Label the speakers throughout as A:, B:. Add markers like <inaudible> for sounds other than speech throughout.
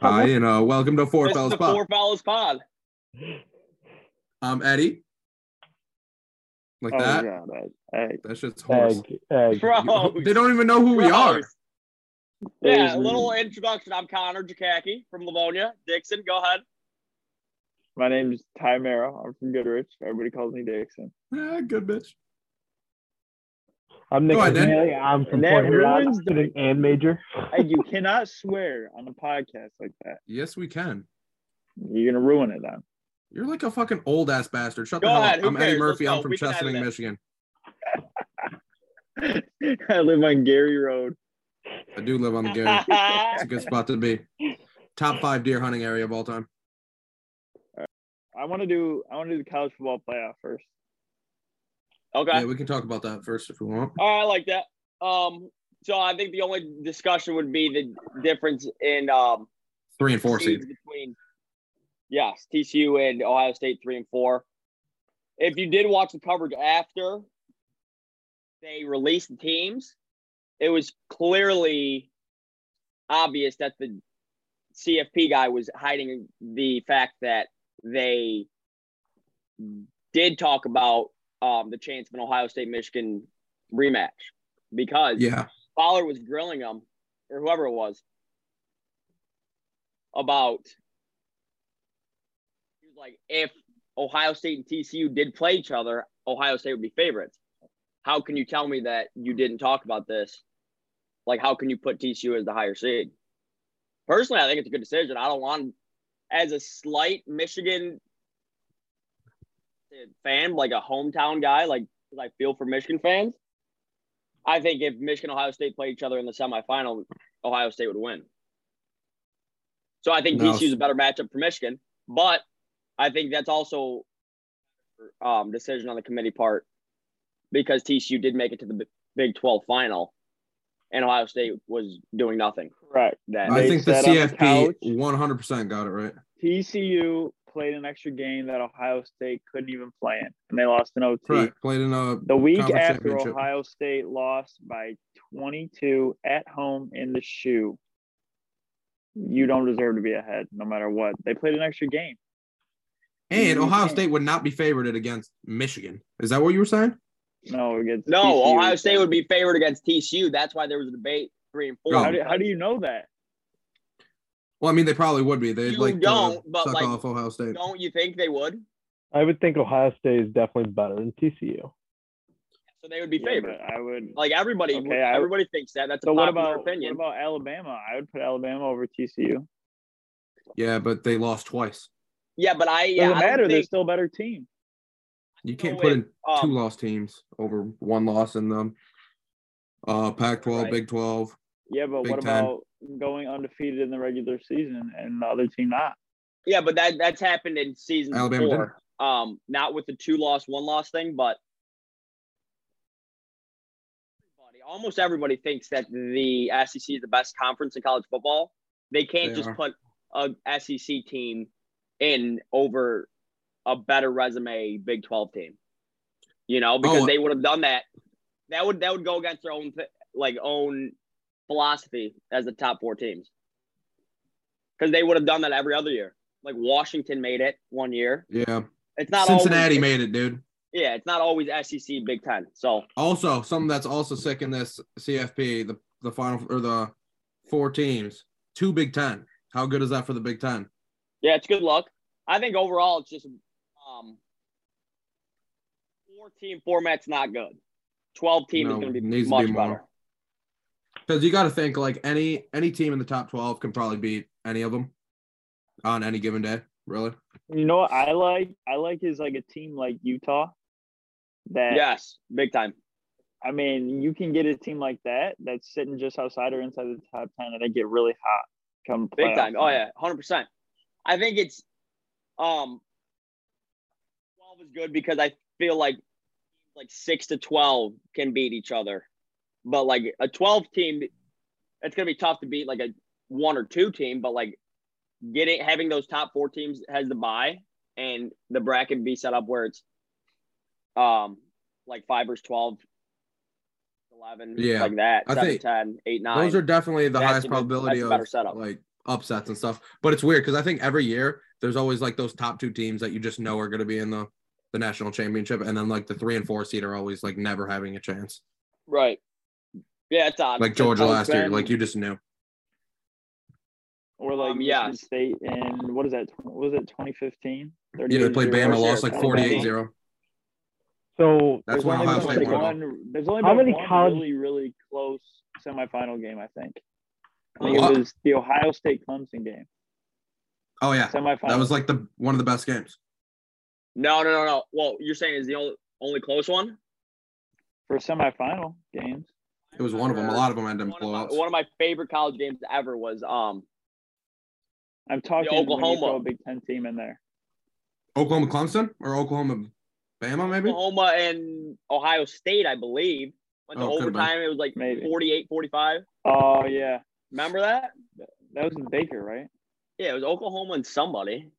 A: Hi, and uh, welcome to Four
B: This is
A: Fellas
B: the
A: Pop.
B: Four Fellas Pod.
A: I'm Eddie. Like that.
C: Oh, no, egg,
A: That shit's horse.
C: egg, egg.
B: Bro,
A: They don't even know who we are.
B: Yeah, a little introduction. I'm Connor Jakacki from Livonia. Dixon, go ahead.
C: My name is Ty Merrill. I'm from Goodrich. Everybody calls me Dixon.
A: Ah, good bitch.
D: I'm Nick
A: Go ahead, Dan.
D: Amelia. I'm from
C: That
D: Port Huron.
C: ruins
D: I'm an and major.
C: Hey, you cannot swear on a podcast like that.
A: Yes, we can.
C: You're gonna ruin it then.
A: You're like a fucking old ass bastard. Shut
B: Go
A: the hell
B: ahead,
A: up.
B: who
A: I'm Eddie
B: cares?
A: Murphy.
B: Let's
A: I'm
B: go.
A: from
B: We can edit
A: Chesapeake,
B: it.
A: Michigan.
C: <laughs> I live on Gary Road.
A: I do live on the
B: <laughs>
A: Gary. it's a good spot to be. Top five deer hunting area of all time.
C: I want to do. I want to do the college football playoff first.
B: okay.
A: Yeah, we can talk about that first if we want.
B: All right, I like that. Um, so I think the only discussion would be the difference in um
A: Three and four
B: seeds
A: seeds.
B: between yes, TCU and Ohio State three and four. If you did watch the coverage after they released the teams, it was clearly obvious that the CFP guy was hiding the fact that they did talk about um, the chance of an Ohio State Michigan rematch because
A: Yeah.
B: Fowler was grilling him, or whoever it was, about he was like, if Ohio State and TCU did play each other, Ohio State would be favorites. How can you tell me that you didn't talk about this? Like, how can you put TCU as the higher seed? Personally, I think it's a good decision. I don't want, as a slight Michigan fan, like a hometown guy, like 'cause I feel for Michigan fans. I think if Michigan and Ohio State play each other in the semifinal, Ohio State would win. So I think
A: No.
B: TCU is a better matchup for Michigan, but I think that's also um, decision on the committee part because TCU did make it to the B- Big Twelve final, and Ohio State was doing nothing.
C: Correct.
B: That
A: I
C: They
A: think the
C: sat on the
A: CFP
C: couch.
A: 100% got it right.
C: TCU played an extra game that Ohio State couldn't even play in, and they lost an OT.
A: Correct. Played in uh, a
C: The week
A: Conference
C: after
A: championship.
C: Ohio State lost by 22 at home in the shoe, you don't deserve to be ahead no matter what. They played an extra game.
A: and Ohio
C: Mhm.
A: State would not be favored against Michigan. Is that what you were saying?
C: No, against
B: No,
C: TCU.
B: Ohio State would be favored against TCU. That's why there was a debate three and four.
A: No.
C: How do, how do you know that?
A: Well, I mean, they probably would be. They'd
B: You
A: like to
B: don't, but,
A: suck
B: like,
A: off Ohio State.
B: Don't you think they would?
D: I would think Ohio State is definitely better than TCU.
B: So they would be
C: Yeah,
B: favored.
C: but I would.
B: Like everybody,
C: Okay, I-
B: everybody thinks that. That's
C: so
B: a
C: what
B: popular
C: about
B: opinion.
C: what about Alabama? I would put Alabama over TCU.
A: Yeah, but they lost twice.
B: yeah, but I yeah,
C: Doesn't
B: I don't
C: matter. They're
B: think,
C: still a better team.
A: You
B: No
A: can't
B: way.
A: put in two
B: um,
A: lost teams over one loss in them. Uh, Pac-12,
C: Right.
A: Big 12.
C: Yeah, but
A: Big
C: what
A: Ten.
C: about going undefeated in the regular season and the other team not?
B: yeah, but that that's happened in season
A: Alabama
B: four.
A: didn't.
B: um, not with the two loss, one loss thing, but everybody, almost everybody thinks that the SEC is the best conference in college football. They can't
A: They
B: just
A: are.
B: put a SEC team in over a better resume Big Twelve team, you know, because
A: Oh,
B: they would have done that. That would that would go against their own th- like own philosophy as the top four teams because they would have done that every other year. Like Washington made it one year,
A: Yeah.
B: it's not
A: Cincinnati
B: always,
A: made it, dude.
B: Yeah, it's not always SEC Big Ten. So
A: Also, something that's also sick in this CFP, the, the final or the four teams, two Big Ten. How good is that for the Big Ten?
B: yeah, it's good luck. I think overall, it's just um, four team format's not good. Twelve team
A: No,
B: is going to be
A: needs to
B: much
A: be more.
B: better.
A: Because you got to think like any any team in the top 12 can probably beat any of them on any given day. Really?
C: You know what I like? I like is like a team like Utah that
B: Yes, big time.
C: I mean, you can get a team like that that's sitting just outside or inside the top ten, and they get really hot come
B: Big
C: playoff
B: time. Oh yeah, hundred percent. I think it's um twelve is good because I feel like like six to twelve can beat each other, but like a twelve team, it's gonna be tough to beat like a one or two team, but like getting having those top four teams has the buy and the bracket be set up where it's um like five versus 12, 11,
A: Yeah.
B: like that,
A: I
B: seven,
A: think
B: 10, eight, nine.
A: Those are definitely the
B: That's
A: highest
B: a good-
A: probability
B: that's a
A: of
B: better setup.
A: like upsets and stuff. But it's weird because I think every year there's always like those top two teams that you just know are going to be in the the national championship, and then like the three and four seed are always like never having a chance.
B: right. Yeah, it's odd.
A: Like Georgia
C: I've
A: last year,
C: been-
A: like you just knew.
C: Or like
B: Um,
C: Michigan
B: yes.
C: State in what is that? tw- What was it 2015?
A: Yeah, they played Bama,
B: First year,
A: lost like
B: 48.
A: 48-0.
D: So
A: That's
C: There's
A: when
C: only
A: Ohio
C: been,
A: State
C: like,
A: won. it.
C: one, There's only
D: How
C: been
D: many
C: one
D: college-
C: really, really close semifinal game, I think. I think
A: What?
C: it was the Ohio State Clemson game.
A: Oh yeah,
C: Semifinal.
A: that was like the one of the best games.
B: No, no, no, no. Well, you're saying is the only only close one?
C: for semifinal games.
A: It was one of them. A lot of them ended in
B: One of, my,
A: blowouts.
B: one of my favorite college games ever was um
C: I'm talking When
B: Oklahoma.
C: you throw a Big Ten team in there.
A: Oklahoma, Clemson, or Oklahoma, Bama, maybe.
B: Oklahoma and Ohio State, I believe. Went to
A: Oh, could've been.
B: overtime. It was like
C: Maybe.
B: 48, 45.
C: Oh yeah,
B: Remember that?
C: that was in Baker, right?
B: Yeah, it was Oklahoma and somebody.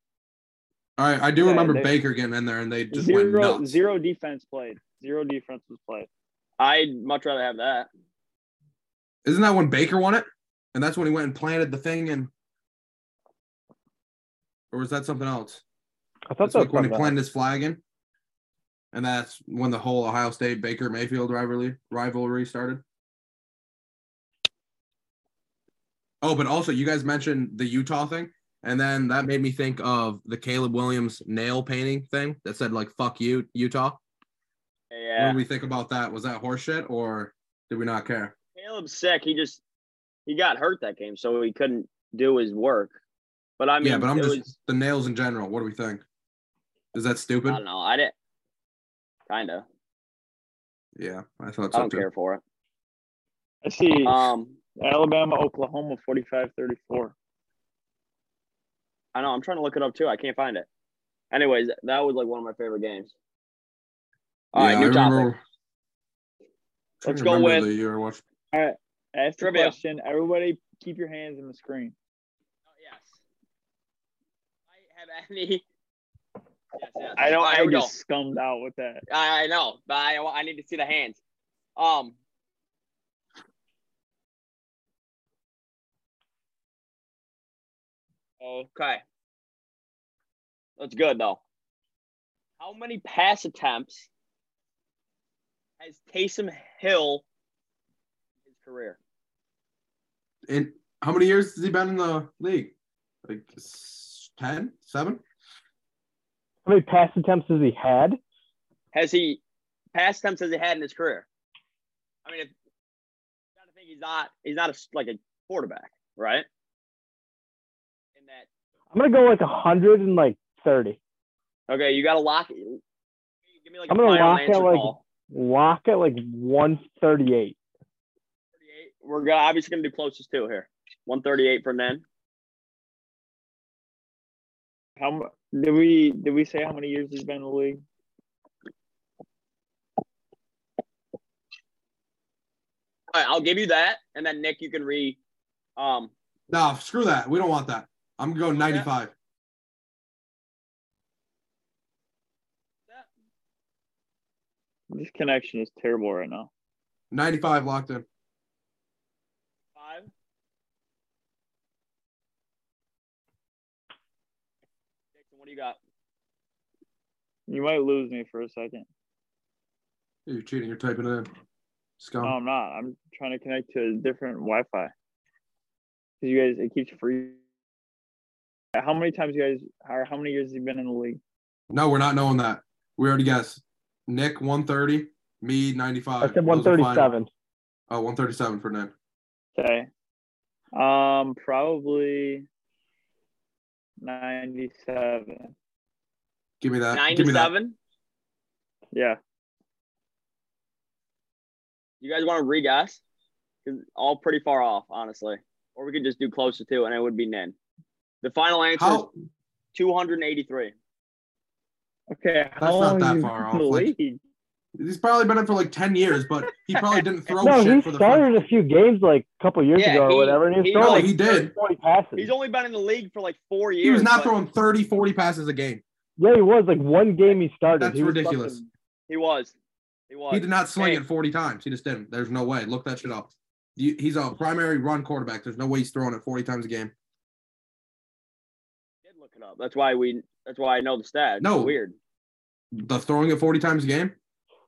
A: All right, I do
C: Yeah,
A: remember
C: they-
A: Baker getting in there, and they just went
C: Zero
A: nuts.
C: zero defense played. Zero defense was played.
B: I'd much rather have that.
A: Isn't that when Baker won it? And that's when he went and planted the thing and or was that something else?
D: I thought
A: That's
D: that was
A: like when he
D: something
A: planted his flag in. And that's when the whole Ohio State Baker Mayfield rivalry rivalry started. Oh, but also you guys mentioned the Utah thing, and then that made me think of the Caleb Williams nail painting thing that said like "fuck you, Utah." What
B: Yeah.
A: did we think about that? Was that horseshit or did we not care?
B: Caleb's sick. He just he got hurt that game, so he couldn't do his work. But I mean,
A: yeah, but I'm
B: it
A: just
B: was,
A: the nails in general. What do we think? Is that
B: I
A: stupid?
B: don't know. I didn't kind of.
A: Yeah, I thought
B: I
A: so
B: don't
A: too.
B: care for it.
C: I see
B: Um,
C: Alabama Oklahoma 45-34.
B: I know. I'm trying to look it up too. I can't find it. Anyways, that was like one of my favorite games. All right,
A: Yeah, I
B: new topic.
A: remember-
B: Let's
A: I
B: go
A: remember
B: with-
A: the year I watched-
C: Ask the
B: Trivia.
C: question. Everybody, keep your hands in the screen.
B: Oh, yes. I have any. <laughs> Yes, yes.
C: I don't.
B: All right,
C: I
B: here we go.
C: just scummed out with that.
B: I, I know, but I, I need to see the hands. Um. Okay. That's good though. How many pass attempts has Taysom Hill in his career?
A: in how many years has he been in the league? Like s- 10, 7?
D: How many pass attempts has he had?
B: Has he pass attempts has he had in his career? I mean, if, gotta think he's not he's not a, like a quarterback, right? In that
D: I'm gonna go like a hundred and like thirty.
B: Okay, you gotta lock. Give me like
D: I'm
B: a
D: gonna
B: final
D: lock it,
B: answer
D: like-
B: call.
D: Lock at like one thirty-eight.
B: 38. We're gonna obviously gonna do closest two here. One thirty-eight from then.
C: How mu- did we? Did we say how many years he's been in the league?
B: All right, I'll give you that, and then Nick, you can re. Um,
A: No, screw that. We don't want that. I'm going
B: Okay.
A: 95.
C: This connection is terrible right now.
A: 95 locked in.
B: five. Jason, what do you got?
C: You might lose me for a second.
A: You're cheating. You're typing it in. Scum.
C: No,
B: Um,
C: I'm not. I'm trying to connect to a different Wi-Fi. Cause you guys, it keeps free. How many times you guys? Or how many years has he been in the league?
A: no, we're not knowing that. We already guessed. Nick 130, me 95.
D: I said
A: That was
D: one
A: the final.
D: thirty-seven.
A: Oh, 137 for Nick.
C: Okay. Um, probably ninety-seven.
A: Give me that. Uh, Give me that.
B: Ninety-seven.
C: Yeah.
B: You guys want to re-guess? 'Cause all pretty far off, honestly. Or we could just do closest two, and it would be Nin. The final answer
A: How
B: is two hundred eighty-three.
C: Okay.
A: not that far
C: in
A: off,
C: the
A: like-
C: league?
A: He's probably been in for like ten years, but he probably
D: <laughs>
A: didn't throw
D: no,
A: shit
D: he
A: for the
D: started a few games like a couple years
B: Yeah,
D: ago
B: he-
D: or whatever, and he was
B: he-
D: throwing
B: no,
D: like
A: he did.
D: 40 passes.
B: He's only been in the league for like four years.
A: He was not
B: but
A: throwing 30, 40 passes a game.
D: yeah, he was like one game he started.
A: That's
D: he was
A: ridiculous.
D: fucking-
B: He was. He was.
A: He did not sling
B: Hey.
A: it forty times. He just didn't. There's no way. Look that shit up. You- He's a primary run quarterback. There's no way he's throwing it forty times a game.
B: Did look it up. That's why we. That's why I know the stats.
A: No.
B: It's weird.
A: The throwing it forty times a game.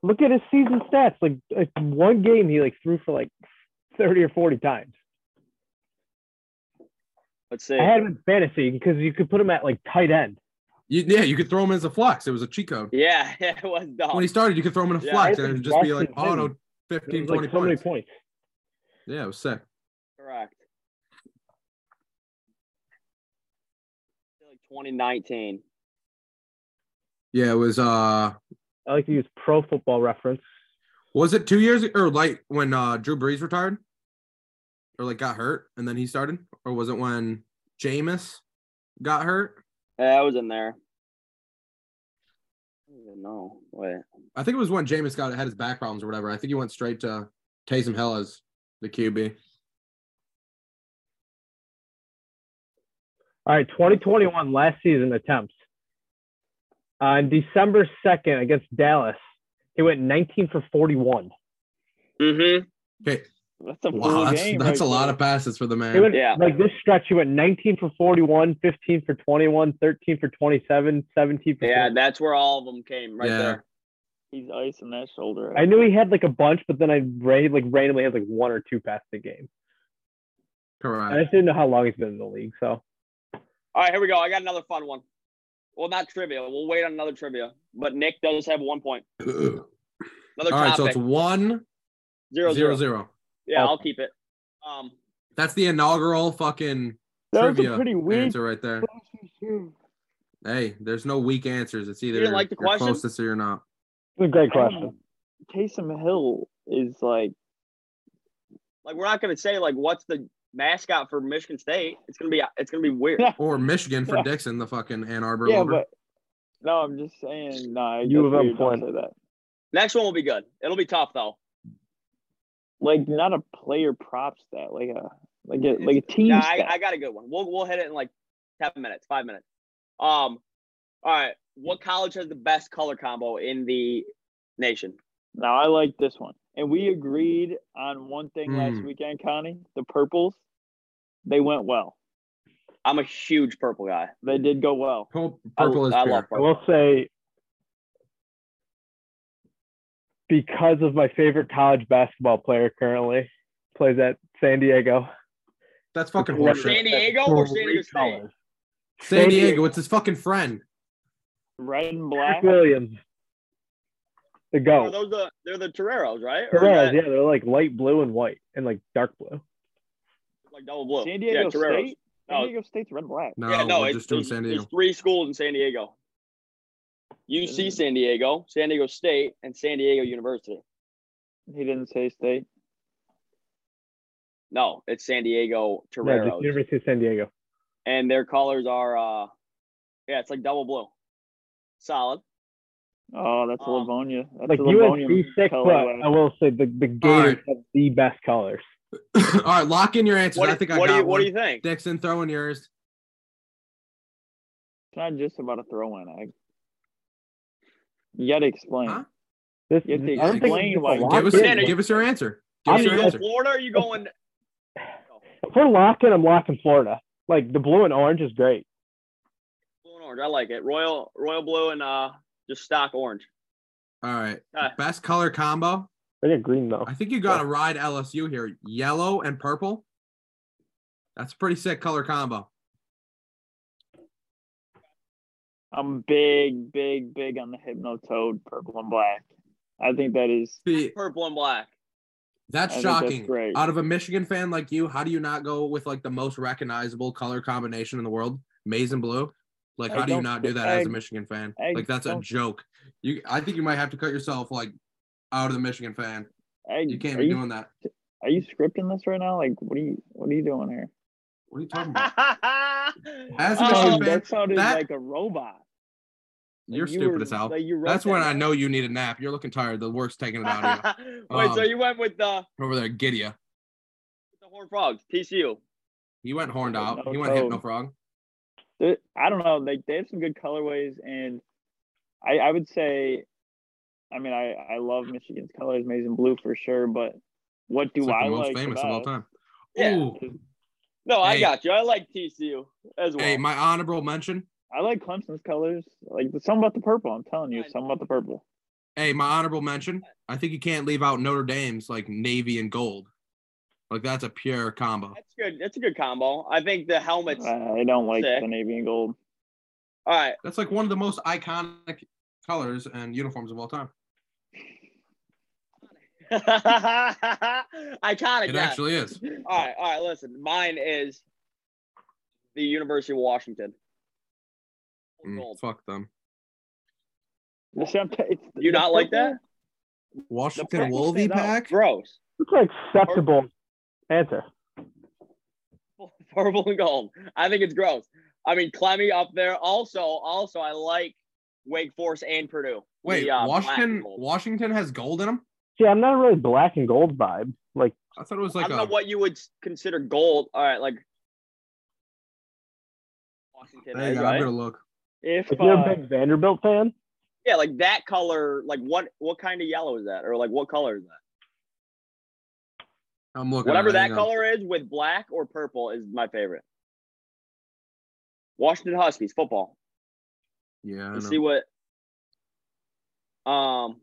D: Look at his season stats. Like, like one game he like threw for like 30 or 40 times.
B: Let's see.
D: I had him in fantasy because you could put him at like tight end.
A: You, yeah, you could throw him as a flex. It was a cheat code.
B: yeah, <laughs> it was dumb.
A: When he started, you could throw him in a
B: Yeah,
A: flex,
D: I
A: and it would
D: think
A: just be
D: that's
A: like
D: his thing.
A: auto
D: It
A: 15,
D: was,
A: 20
D: like so many
A: points.
D: points.
A: Yeah, it was sick.
B: Correct. Like 2019.
A: Yeah, it was.
D: I
A: uh
D: like to use pro football reference.
A: Was it two years or like when uh Drew Brees retired, or like got hurt and then he started, or was it when Jameis got hurt?
B: Yeah, I was in there. I don't even know. Wait.
A: I think it was when Jameis got had his back problems or whatever. I think he went straight to Taysom Hill as the QB.
D: All right, 2021 last season attempts. On December 2nd against Dallas, he went 19 for 41.
B: Mm-hmm.
A: Okay,
C: That's a
A: wow,
C: full
A: that's,
C: game.
A: that's
C: right
A: a lot
C: there.
A: of passes for the
D: He
A: man.
D: went,
B: Yeah.
D: Like this stretch, he went 19 for 41, 15 for 21, 13 for 27, 17 for
B: Yeah,
D: 20.
B: that's where all of them came right
A: Yeah.
B: there.
C: He's icing that shoulder.
D: I knew he had like a bunch, but then I ra- like randomly had like one or two past the game. I
A: Correct.
D: just didn't know how long he's been in the league. So
B: All right, here we go. I got another fun one. Well, not trivia. We'll wait on another trivia. But Nick does have one point.
A: All
B: Another
A: right,
B: topic.
A: so it's one
B: zero,
A: zero
B: zero.
A: zero.
B: Yeah, I'll keep it. Um,
A: That's the inaugural fucking
C: That was a
A: trivia
C: pretty weak-
A: answer right there. Hey, there's no weak answers. It's either
B: didn't like the
A: you're
B: question?
A: close to this or you're not.
D: it's a great
C: I don't
D: question.
C: know. Taysom Hill is like
B: like we're not gonna say like what's the mascot for Michigan State. It's gonna be it's gonna be weird.
A: Or Michigan for
C: Yeah.
A: Dixon, the fucking Ann Arbor.
C: yeah,
A: lover.
C: but no, I'm just saying. No, I
D: U
C: you
D: of M
C: don't
D: point.
C: say that.
B: Next one will be good. It'll be tough though.
C: Like not a player props that like a like a like a team.
B: Yeah,
C: stat.
B: I, I got a good one. We'll we'll hit it in like ten minutes, five minutes. Um, all right. What college has the best color combo in the nation?
C: Now I like this one, and we agreed on one thing last
A: Hmm.
C: weekend, Connie. The purples, they went well.
B: I'm a huge purple guy.
C: They did go well.
A: Pul-
B: I-
A: purple is
B: I
A: pure.
B: love
D: I
B: purple.
D: will say, because of my favorite college basketball player currently plays at San Diego.
A: That's fucking
D: San
A: horseshit.
B: San Diego or San Diego
D: Three
B: State?
D: colors.
A: San
D: San
A: Diego,
D: Diego.
A: it's his fucking friend.
C: Red and
D: Zach
C: black.
D: Williams, the
B: Are
D: goat.
B: those the they're the Toreros, right? Or is
D: Ferreras,
B: that,
D: yeah, they're like light blue and white and like dark blue.
B: Like double blue.
C: San Diego
B: yeah, Toreros.
C: State. San
B: No.
C: Diego State's red and black.
A: No,
B: yeah, no,
A: we're
B: it's,
A: just doing
B: there's,
A: San
B: there's
A: Diego.
B: three schools in San Diego. UC San Diego, San Diego State, and San Diego University.
C: He didn't say state.
B: No, it's San Diego
D: Yeah,
B: Toreros.
D: just University of San Diego.
B: and their colors are uh yeah, it's like double blue. Solid.
C: Oh, that's
B: Um,
C: Livonia. That's
D: Like
C: a Livonia
D: UNC six, but
C: colorway.
D: I will say the the Gators have the best colors.
A: <laughs> All right, lock in your answers.
B: What,
A: I think I
B: what
A: got
B: do you
A: one.
B: what do you think?
A: Dixon, throw in yours.
C: It's not just about a throw in. I... You got to explain.
A: Huh?
D: This,
C: You have to
D: I don't think
C: explain
D: it's a
C: why-
D: lock
A: Give us,
D: in.
B: it.
A: give us your answer. Give
B: Are
A: us
B: you
A: your
D: uh,
B: going
A: answer.
B: Florida or are you going
D: If we're locking, I'm locking Florida. Like the blue and orange is great.
B: blue and orange? I like it. Royal royal blue and uh just stock orange.
A: All right.
B: Uh.
A: Best color combo.
D: I get green though.
A: I think you got to ride LSU here. Yellow and purple. That's a pretty sick color combo.
C: I'm big, big, big on the Hypno Toad, purple and black. I think that is
A: See,
B: Purple and black.
C: I
A: that's
C: think that's
A: shocking.
C: great.
A: Out of a Michigan fan like you, how do you not go with like the most recognizable color combination in the world, maize and blue? Like,
C: I
A: how do you
C: don't-
A: not do that as a
C: I-
A: Michigan fan?
C: I
A: like, that's a
C: don't-
A: joke. You, I think you might have to cut yourself like out of the Michigan fan.
C: Hey,
A: You can't
C: are,
A: be
C: you,
A: doing that.
C: are you scripting this right now? Like, what are you what are you doing here?
B: <laughs>
C: <laughs>
A: What are you talking about?
B: As
A: a Michigan
B: Um,
C: Oh,
A: fan,
C: that sounded
A: that-
C: like a robot.
A: You're
C: you
A: stupid
C: were-
A: as hell.
C: like, you wrote
A: That's when
C: that
A: I know you need a nap. You're looking tired. The work's taking it out of
B: <laughs> Wait, so
A: Um,
B: you went with the,
C: <laughs>
A: you. Over there, giddy ya.
B: with the Horned Frogs, TCU.
A: He went horned out. He went
C: Oh.
A: hypno frog.
C: There- I don't know. Like they have some good colorways, and I I would say, I mean, I I love Michigan's colors, maize and blue for sure. But what do
A: It's like
C: I
A: the most
C: like
A: famous
C: the
A: of all
C: best?
A: time.
B: Yeah.
A: Ooh,
B: No, I
A: Hey.
B: got you. I like TCU as well.
A: hey, my honorable mention.
C: I like Clemson's colors. Like there's something about the purple. I'm telling you, something about the purple.
A: Hey, my honorable mention. I think you can't leave out Notre Dame's like navy and gold. Like that's a pure combo.
B: That's good. That's a good combo. I think the helmets. All
C: I I don't like
B: Sick.
C: the navy and gold. <laughs>
B: right. <laughs>
A: That's like one of the most iconic colors and uniforms of all time.
B: Iconic.
A: It
B: Uh, yeah.
A: actually is.
B: All right. All right. Listen, mine is the University of Washington.
A: Mm,
B: Gold.
A: fuck them.
C: The semp- it's-
B: You
C: the
B: not like
C: purple-
B: that?
A: Washington
C: purple
A: Wolvie
C: stand out.
A: pack.
B: Gross. <laughs>
D: It's an acceptable answer.
B: Purple and gold. I think it's gross. I mean, Clemmy up there. Also, also, I like Wake Forest and Purdue.
A: Wait,
B: The, uh, black
A: Washington.
B: and gold.
A: Washington has gold in them.
D: See, I'm not really black and gold vibe. Like
A: I thought it was
B: I
A: like
B: don't
A: a
B: know what you would s- consider gold. All right, like Washington.
A: There you
B: is,
A: go.
B: right?
A: I'm gonna look.
C: If,
D: if you're
C: uh,
D: a big Vanderbilt fan,
B: Yeah, like that color. Like what? What kind of yellow is that? Or like what color is that?
A: I'm looking. at
B: Whatever
A: it,
B: that
A: hang on.
B: color is, with black or purple, is my favorite. Washington Huskies football.
A: Yeah. I <coughs>
B: Let's see what. Um.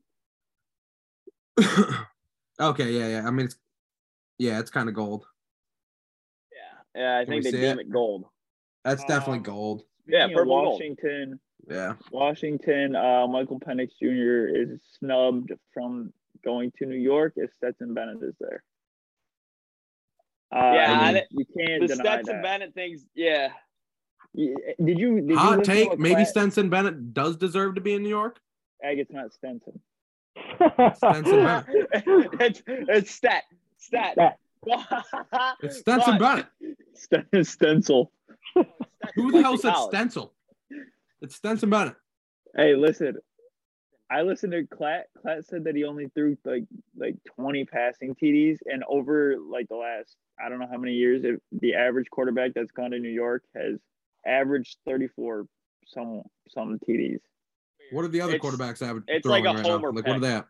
A: know. okay. Yeah. Yeah. I mean, it's yeah, it's kind of gold.
B: Yeah. Yeah. I
A: Can we
B: think they
A: see
B: deem
A: it?
B: it gold.
A: That's definitely
C: Um,
A: gold.
B: Yeah,
C: speaking of
B: purple and gold.
C: Washington.
A: Yeah.
C: Washington. Uh, Michael Penix Jr. is snubbed from going to New York if Stetson Bennett is there. Uh,
B: Yeah,
A: I
B: mean,
C: you can't
B: The
C: deny
B: Stetson
C: that.
B: Bennett things. Yeah.
C: Y- Did you? Did you
A: Hot
C: listen to
A: take.
C: what
A: Maybe
C: Cla-
A: Stenson Bennett does deserve to be in New York.
C: Egg, it's not Stenson. <laughs>
A: Stenson Bennett.
B: <laughs> it's it's stat stat. <laughs>
D: Stat.
A: It's Stenson
B: But-
A: Bennett.
C: Sten- stencil.
A: Who the hell said stencil? It's Stenson Bennett.
C: Hey, listen. I listened to Clat. Clat said that he only threw like like 20 passing TDs, and over like the last I don't know how many years, if the average quarterback that's gone to New York has averaged 34 some some TDs.
A: What are the other
B: It's-
A: quarterbacks average?
B: it's
A: throwing
B: like a
A: right now?
B: homer
A: Like what are
B: pick.
A: they at?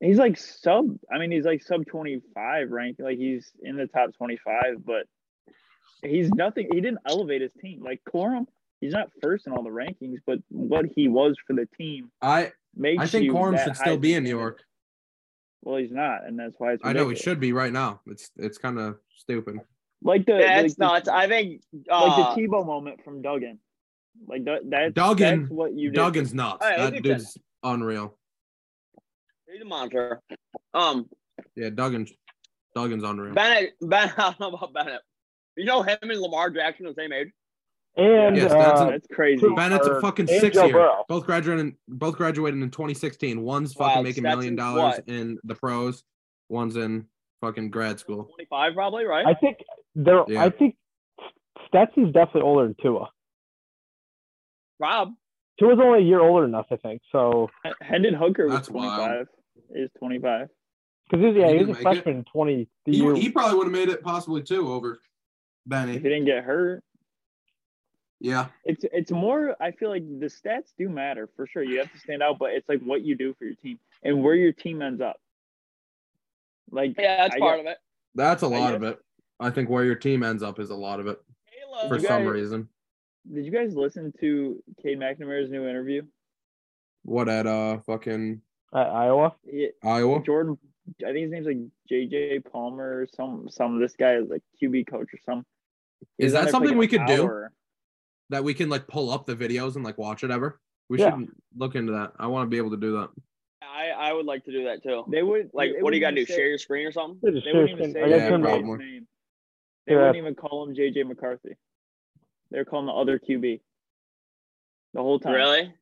C: He's like sub. I mean, he's like sub 25 rank. Like he's in the top 25, but he's nothing. He didn't elevate his team. Like Corum, he's not first in all the rankings, but what he was for the team
A: I
C: makes.
A: I think
C: you
A: Quorum
C: that
A: should still
C: high
A: be in New
C: standard.
A: York.
C: Well, he's not, and that's why it's.
A: I know he
C: ridiculous.
A: should be right now. It's it's kind of stupid.
C: Like the
B: Yeah,
C: like
B: it's
C: the,
B: nuts. I think
C: like
B: uh,
C: the Tebow moment from Duggan. Like that. That
A: Duggan-
C: That's what you did.
A: Duggan's nuts.
B: All right, let's
A: that
B: do
A: dude's unreal.
B: he's a monster. Um,
A: Yeah, Duggan. Duggan's unreal.
B: Bennett, Bennett, <laughs> I don't know about Bennett. You know him and Lamar Jackson are the same age.
D: <laughs> and
A: Yes, that's
D: uh,
A: an-
C: Ah, That's crazy.
D: Two-
A: Bennett's a
D: Or
A: fucking
D: and
A: six
D: Joe
A: year.
D: Burrow.
A: Both graduated. Both graduated in 2016. One's
B: Wow,
A: fucking making million
B: Stetson's
A: dollars
B: what?
A: in the pros. One's in fucking grad school.
B: Twenty-five, probably, right?
D: I think they're.
A: Yeah.
D: I think Stetson's definitely older than Tua.
B: Rob,
D: Tua's only a year older than us, I think. So
C: Hendon Hooker was
A: That's wild.
C: 25. Is 25.
D: because he's yeah, he was
A: He didn't
D: a
A: make it.
D: freshman in twenty. The
A: He,
D: year
A: he probably would have made it possibly two over
C: If
A: Benny.
C: he didn't get hurt,
A: Yeah,
C: it's it's more. I feel like the stats do matter for sure. You have to stand out, but it's like what you do for your team and where your team ends up. Like
B: yeah, that's
C: I
B: part of it.
A: that's a lot
C: guess.
A: of it. I think where your team ends up is a lot of it
B: Caleb,
A: for
C: You
A: some
C: guys-
A: reason.
C: did you guys listen to Cade McNamara's new interview?
A: What at uh fucking
D: at Iowa.
C: He-
A: Iowa?
C: Jordan, I think his name's like JJ Palmer or some some. This guy is like QB coach or some. He
A: Is
C: was
A: that
C: on there for,
A: something
C: like,
A: we
C: an
A: could do?
C: hour.
A: That we can like pull up the videos and like watch it ever. We
D: Yeah.
A: should look into that. I want to be able to do that.
B: I, I would like to do that too.
C: They would
B: Like,
C: they
B: what do you gotta
C: wouldn't
B: do?
C: even say-
B: Share your screen or something?
D: They just
C: They wouldn't
D: seriously-
C: even say
D: I
A: Yeah,
D: guess him-
A: probably.
C: his name. They
D: Yeah.
C: wouldn't even call him JJ McCarthy. They're calling the other QB. The whole time.
B: Really?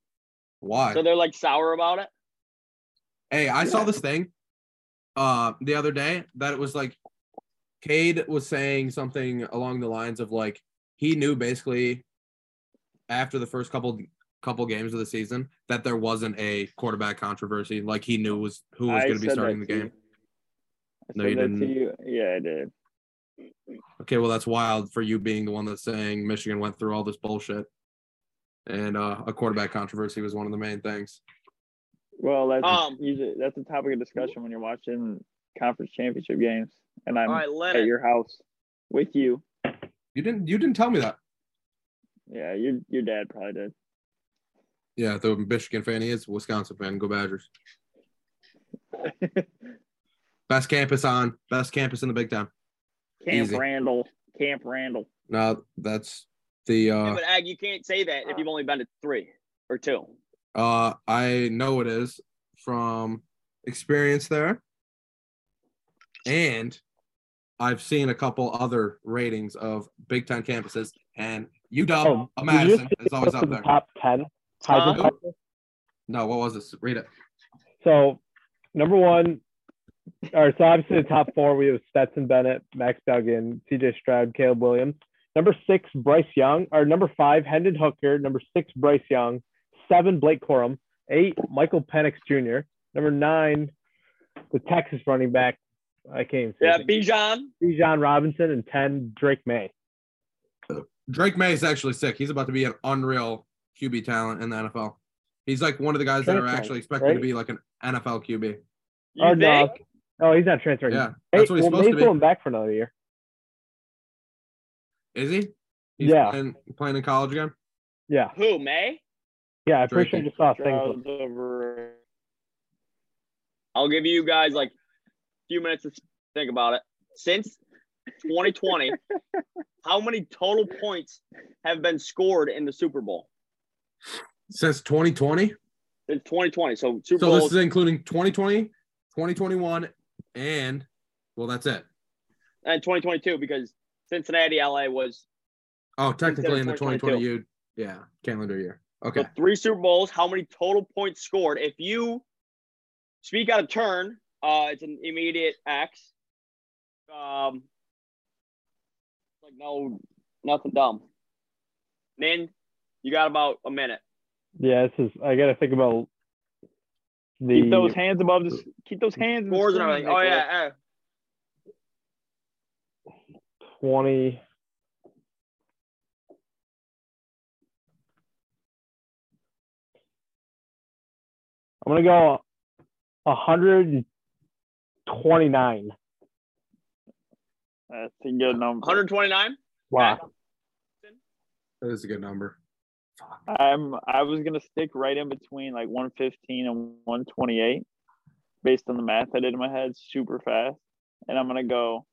A: Why?
B: So they're like sour about it.
A: Hey, I saw this thing uh the other day that it was like Cade was saying something along the lines of like he knew basically after the first couple couple games of the season that there wasn't a quarterback controversy. Like he knew was who was
C: I
A: going to be
C: said
A: starting the
C: that to you.
A: game.
C: I
A: No,
C: said
A: you
C: that to
A: didn't.
C: you. Yeah, I did.
A: Okay, well that's wild for you being the one that's saying Michigan went through all this bullshit, and uh, a quarterback controversy was one of the main things.
C: Well, that's
B: Um,
C: usually that's a topic of discussion when you're watching conference championship games, and I'm
B: All right, let
C: at
B: it.
C: your house with you.
A: You didn't. You didn't tell me that.
C: Yeah, your your dad probably did.
A: Yeah, the Michigan fan he is Wisconsin fan.
D: <laughs>
A: Go Badgers. Best campus on. Best campus in the Big Ten.
C: Camp
A: Easy.
C: Randall. Camp Randall.
A: No, that's the.
B: Yeah,
A: Uh,
B: but Ag, you can't say that if you've only been to three or two.
A: uh, I know it is from experience there, and I've seen a couple other ratings of Big Ten campuses, and UW
D: Oh, did you
A: Madison
D: see
A: is always up
D: the
A: there.
D: Top ten. Heisman
A: Huh?
D: Trophy?
A: No, what was this? Read it.
D: So, number one, or so obviously the top four, we have Stetson Bennett, Max Duggan, CJ Stroud, Caleb Williams. Number six, Bryce Young, or number five, Hendon Hooker. Number six, Bryce Young. Seven, Blake Corum. Eight, Michael Penix Jr. Number nine, the Texas running back. I can't even
B: Yeah,
D: say
B: Bijan.
D: yeah. John Robinson and 10, Drake May.
A: Drake May is actually sick. He's about to be an unreal QB talent in the NFL. He's like one of the guys that are
D: Transfer,
A: actually expected to
D: right?
A: be like an NFL QB.
B: You
D: or
B: think?
D: no. Oh, he's not transferring.
A: Yeah, that's what
D: well,
A: he's supposed to
D: May's
A: be.
D: going back for another year.
A: Is he?
D: Yeah.
A: Playing, playing in college again?
D: Yeah.
B: Who, May?
D: Yeah, I
A: Drake
D: appreciate
A: May.
D: you saw things.
C: Stroud's over.
B: I'll give you guys like a few minutes to think about it. Since 2020, how many total points have been scored in the Super Bowl?
A: Since 2020.
B: Since 2020. So Super
A: So
B: Bowl
A: this is including 2020, 2021, and well, that's it.
B: and 2022 because Cincinnati, LA was
A: Oh, technically in the 2020
B: 2022.
A: year, yeah, calendar year.
B: so
A: Okay.
B: three Super Bowls. How many total points scored? If you speak out of turn, uh, it's an immediate X. Um, like no, nothing dumb. Nin, you got about a minute.
D: Yeah, this is. I gotta think about the.
C: Keep those hands above the. s- Keep those hands. in the
B: Scores and
C: screen,
B: everything. Oh
C: Nicholas.
B: yeah, yeah.
D: 20. I'm going to go 129.
C: That's a good number.
B: eh, 129.
D: Wow.
A: That is a good number.
C: I'm. I was gonna stick right in between like 115 and 128, based on the math I did in my head, super fast, and I'm gonna go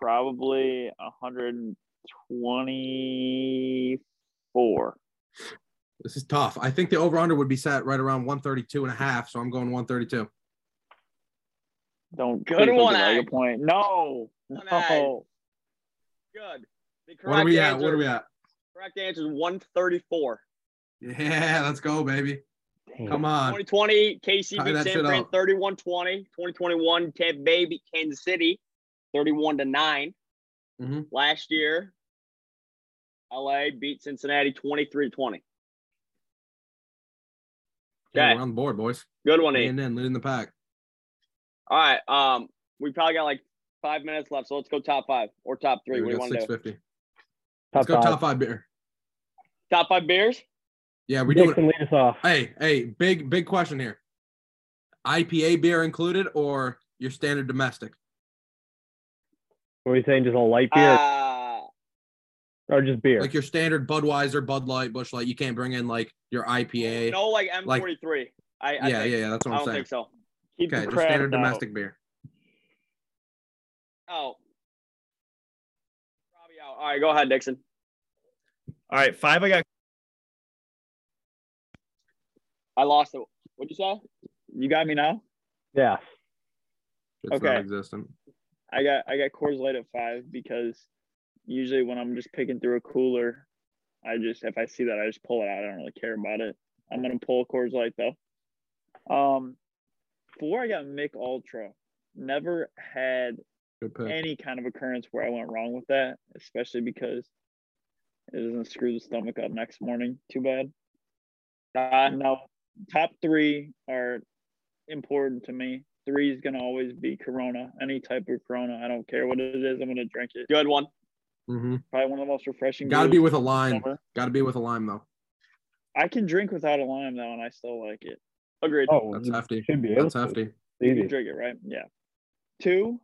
C: probably 124.
A: This is tough. I think the over under would be set right around 132 and a half. So I'm going 132.
C: Don't
B: Good
C: please don't
B: one,
C: give Ag a
B: Ag.
C: point. No,
B: One,
C: no.
B: Good. The correct
A: What are we at?
B: answer,
A: What are we at?
B: Correct answer is 134.
A: Yeah, <laughs> let's go, baby. Come on.
B: 2020, KC
A: Tie
B: beat
A: that
B: San
A: shit
B: Fran
A: up.
B: 31 20. 2021, Tampa Bay beat Kansas City 31 to 9.
A: Mhm.
B: Last year, LA beat Cincinnati 23 20.
A: Yeah,
B: Okay.
A: we're on the board, boys.
B: Good one, Nate.
A: And then leading the pack.
B: All right. Um, we probably got like five minutes left, so let's go top five or top three.
A: We
B: What do you
A: got
B: want to do?
A: 650.
D: Top
A: Let's go
D: five.
A: top five beer.
B: Top five beers?
A: Yeah, we
D: Dick
A: doing.
D: can lead us off.
A: Hey, hey, big big question here. IPA beer included or your standard domestic?
D: what are you saying? Just a light beer
B: Uh,
D: or just beer?
A: Ah. Like your standard Budweiser, Bud Light, Bush Light. You can't bring in like your IPA.
B: no, like M43. I, I,
A: yeah,
B: think.
A: yeah, yeah. That's
B: I
A: what
B: don't
A: I'm saying.
B: think so.
C: Keep
A: Okay,
C: the
A: just
C: crap
A: standard
C: out.
A: domestic beer.
B: Oh. Probably out. All right, go ahead, Dixon.
E: All right, five. I got
B: I lost it. What'd you say?
C: You got me now.
D: yeah.
A: It's
C: Okay.
A: non-existent.
C: I got I got Coors Light at five because usually when I'm just picking through a cooler, I just if I see that I just pull it out. I don't really care about it. I'm gonna pull Coors Light though. Um, four I got Mick Ultra. Never had
A: Good pick.
C: any kind of occurrence where I went wrong with that, especially because it doesn't screw the stomach up next morning too bad.
B: Uh,
C: No, top three are important to me. Three is gonna always be Corona, any type of Corona. I don't care what it is. I'm gonna drink it.
B: good one.
A: Mm-hmm.
C: Probably one of the most refreshing.
A: Got to be
C: beers
A: with a
C: of
A: lime.
C: summer.
A: Got to be with a lime though.
C: I can drink without a lime though, and I still like it.
B: Agreed.
D: Oh,
A: That's
D: you
A: hefty.
D: Should be able
A: That's
D: to.
A: hefty.
D: It's
C: You
D: easy.
C: can drink it, right? Yeah. Two,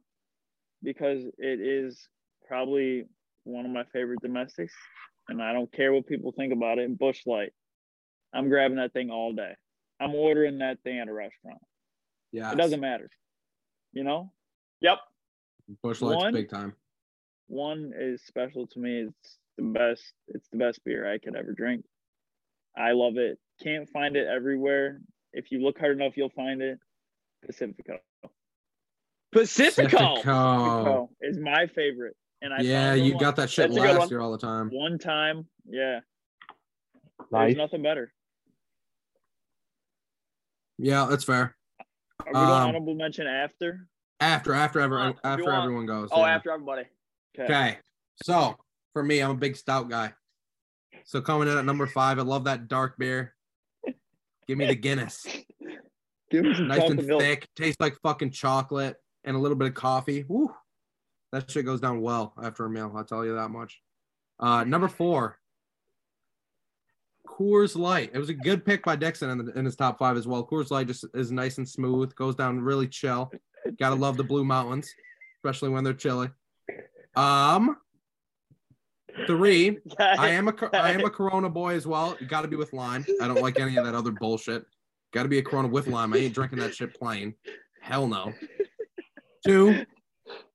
C: because it is probably one of my favorite domestics, and I don't care what people think about it. Bush Light, I'm grabbing that thing all day. I'm ordering that thing at a restaurant.
A: Yeah,
C: It doesn't matter. You know,
B: Yep.
A: Bush lights
C: one.
A: big time.
C: one is special to me. It's the best. It's the best beer I could ever drink. I love it. Can't find it everywhere. If you look hard enough, you'll find it. Pacifico.
B: Pacifico.
A: Pacifico.
C: Pacifico is my favorite, and I
A: Oh. Yeah,
C: found the
A: you
C: one-
A: got that shit
B: That's a good
A: last
B: one.
A: year all the time.
C: one time. Yeah,
D: Nice.
C: there's nothing better.
A: Yeah, that's fair.
C: Are we doing
A: Um,
C: honorable mention after?
A: After, after, ever,
B: Do you
A: after
B: want-
A: everyone goes.
B: Oh,
A: yeah.
B: after everybody.
A: Okay. So for me, I'm a big stout guy. So coming in at number five, I love that dark beer. Give me the Guinness.
C: Give me some
A: Nice and
C: chocolate milk.
A: thick. Tastes like fucking chocolate and a little bit of coffee. Woo. That shit goes down well after a meal. I'll tell you that much. Uh, number four, Coors Light. It was a good pick by Dixon in, the, in his top five as well. Coors Light just is nice and smooth, goes down really chill. Gotta love the Blue Mountains, especially when they're chilly. Um, three,
C: <laughs>
A: I am a Cor- I am a Corona boy as well. You got to be with lime. I don't like any of that other bullshit. Got to be a Corona with lime. I ain't drinking that shit plain. Hell no. Two,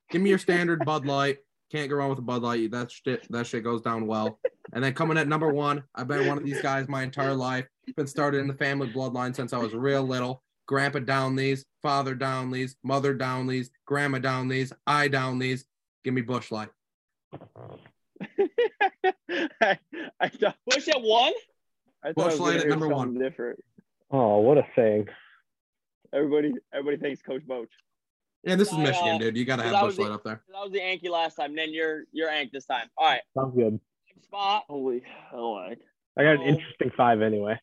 A: give me your standard Bud Light. Can't go wrong with a Bud Light. That shit that shit goes down well. And then coming at number one, I've been one of these guys my entire life. Been started in the family bloodline since I was real little. Grandpa Downleys, father Downleys, mother Downleys, grandma Downleys, I Downleys. Give me Bush Light.
C: I, I thought,
B: Push at one.
A: Bush
C: I thought I was
A: Light
C: gonna
A: at
C: hear
A: number
C: something different.
D: Oh, what a thing.
C: Everybody, everybody thinks Coach Boach.
A: Yeah, this is
B: I, uh,
A: Michigan, dude. You gotta
B: because
A: have
B: I
A: Bush
B: was
A: Light
B: the-
A: up there.
B: That was the Anki last time. Then you're you're Ank this time. All right.
D: Sounds good.
B: Spot.
C: Holy hell! Like
D: I got an
B: Oh.
D: interesting five anyway.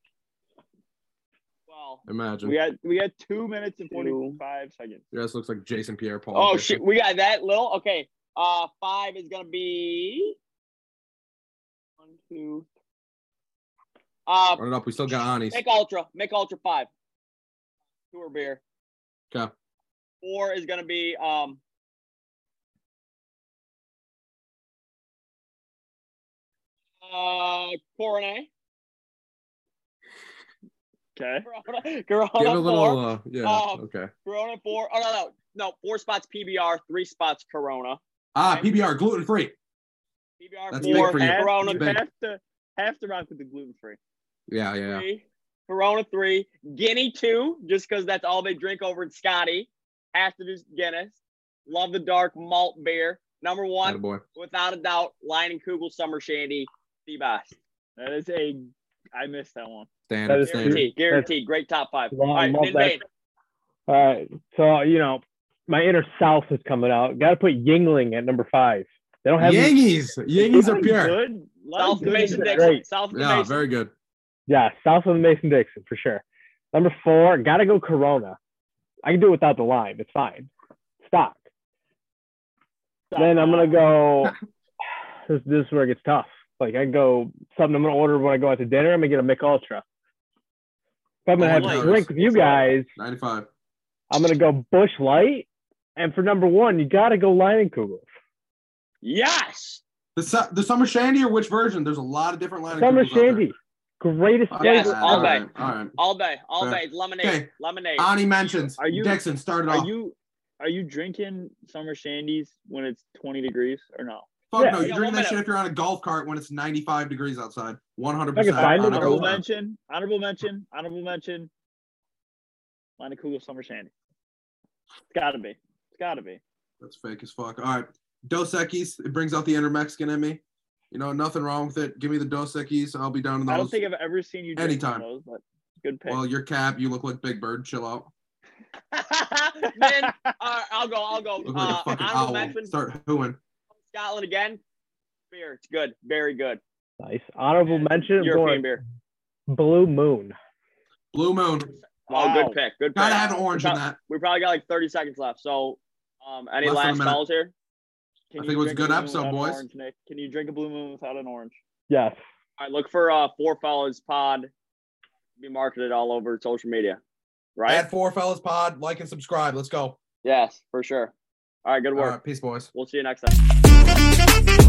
B: Well.
A: Imagine.
C: we got we got two minutes and
B: Two.
C: forty five seconds.
A: Yeah, this looks like Jason Pierre Paul.
B: Oh shit. We got that little. Okay. Uh, five is gonna be one, two. Uh,
A: Run it up. We still got Ani's.
B: Mick Ultra. Mick Ultra five. Tour beer.
A: Okay.
B: Four is gonna be um. Uh, Coronet.
C: Okay,
B: <laughs> Corona,
A: Give it
B: Corona
A: a
B: four,
A: little. Uh, yeah.
B: Um,
A: okay.
B: Corona four. Oh no, no, no. Four spots PBR, three spots Corona.
A: Ah, PBR gluten free.
B: PBR
A: That's big
B: four,
A: for you.
C: half,
B: Corona
A: Big.
C: you have to have to rock with the gluten free.
A: Yeah, yeah, yeah.
B: three, Corona three, Guinea two, just because that's all they drink over in Scotty. Has to do Guinness. Love the dark malt beer. Number one,
A: Atta boy.
B: without a doubt, Lion and Kugel Summer Shandy, the best.
C: That is a I missed that one.
D: That
A: Standard.
D: is
A: standard.
B: Guaranteed, guaranteed. Great top five.
D: Love-
B: All right,
D: love that.
B: mid
D: All right. Uh, So, you know, my inner south is coming out. Got to put Yingling at number five. They don't have
A: Yangees. Yangees are pure.
C: Good.
B: South of
C: good.
B: Mason
D: Great.
B: Dixon. South of
A: Yeah,
B: Mason.
A: very good.
D: Yeah, south of the Mason Dixon for sure. Number four, gotta go Corona. I can do it without the lime. It's fine. Stock. Then I'm gonna go. <sighs> This, this is where it gets tough. Like I go something I'm gonna order when I go out to dinner. I'm gonna get a Mick Ultra. If I'm gonna have a
A: Nice.
D: drink with you guys,
A: 95.
D: I'm gonna go Bush Light. And for number one, you gotta go Leinenkugel.
B: Yes.
A: The, su- the summer shandy or which version? There's a lot of different lines.
D: Summer Shandy, greatest
A: All
D: flavor.
B: Yes,
A: right,
B: all
A: all
B: day.
A: right, all right.
B: All day, all
A: Fair.
B: day. Lemonade,
A: Okay.
B: lemonade. <laughs>
A: Ani mentions.
C: Are you-
A: Dixon started
C: Are
A: off.
C: you are you drinking summer shandies when it's twenty degrees or no?
A: Fuck
D: Yeah.
A: no, you
B: Yeah,
A: drink
B: one
A: that shit
B: minute.
A: if you're on a golf cart when it's 95 degrees outside. 100%.
D: I can find it,
A: on
D: I'll
A: a golf
C: Honorable
A: cart.
C: mention. Honorable mention. Honorable mention. Lina Kugel summer shandy. It's gotta be. It's gotta be.
A: That's fake as fuck. All right. Dos Equis. It brings out the inner Mexican in me. You know, nothing wrong with it. Give me the Dos Equis. I'll be down to those.
C: I don't think I've ever seen you drink
A: Anytime.
C: one of those, but good pick.
A: well, your cap, you look like Big Bird. Chill out.
B: Then all right, I'll go. I'll go.
A: Look like
B: Uh,
A: a fucking
B: honorable
A: owl.
B: mention,
A: Start hooing.
B: Scotland again. Beer, it's good, very good.
D: Nice honorable mention. I'm
B: European
D: going
B: beer.
D: Blue Moon.
A: Blue Moon.
B: Oh,
E: Wow.
B: good pick. Good pick.
A: Gotta have an orange
B: we,
A: in
B: prob-
A: that.
B: we probably got like 30 seconds left. So, um,
A: Less than
B: any
A: a
B: last
A: minute.
B: calls here?
C: Can
A: I
C: you
A: think it was a
C: drink
A: good
C: Blue Moon
A: episode,
C: without an
A: boys.
C: orange, Nick? Can you drink a blue moon without an orange?
D: Yes.
B: All right, look for uh, Four Fellas Pod. Be marketed all over social media, right?
A: Add four fellas pod. Like and subscribe. Let's go.
B: yes, for sure. All right, good
A: All
B: work.
A: right, peace, boys.
B: We'll see you next time.
F: Thank you.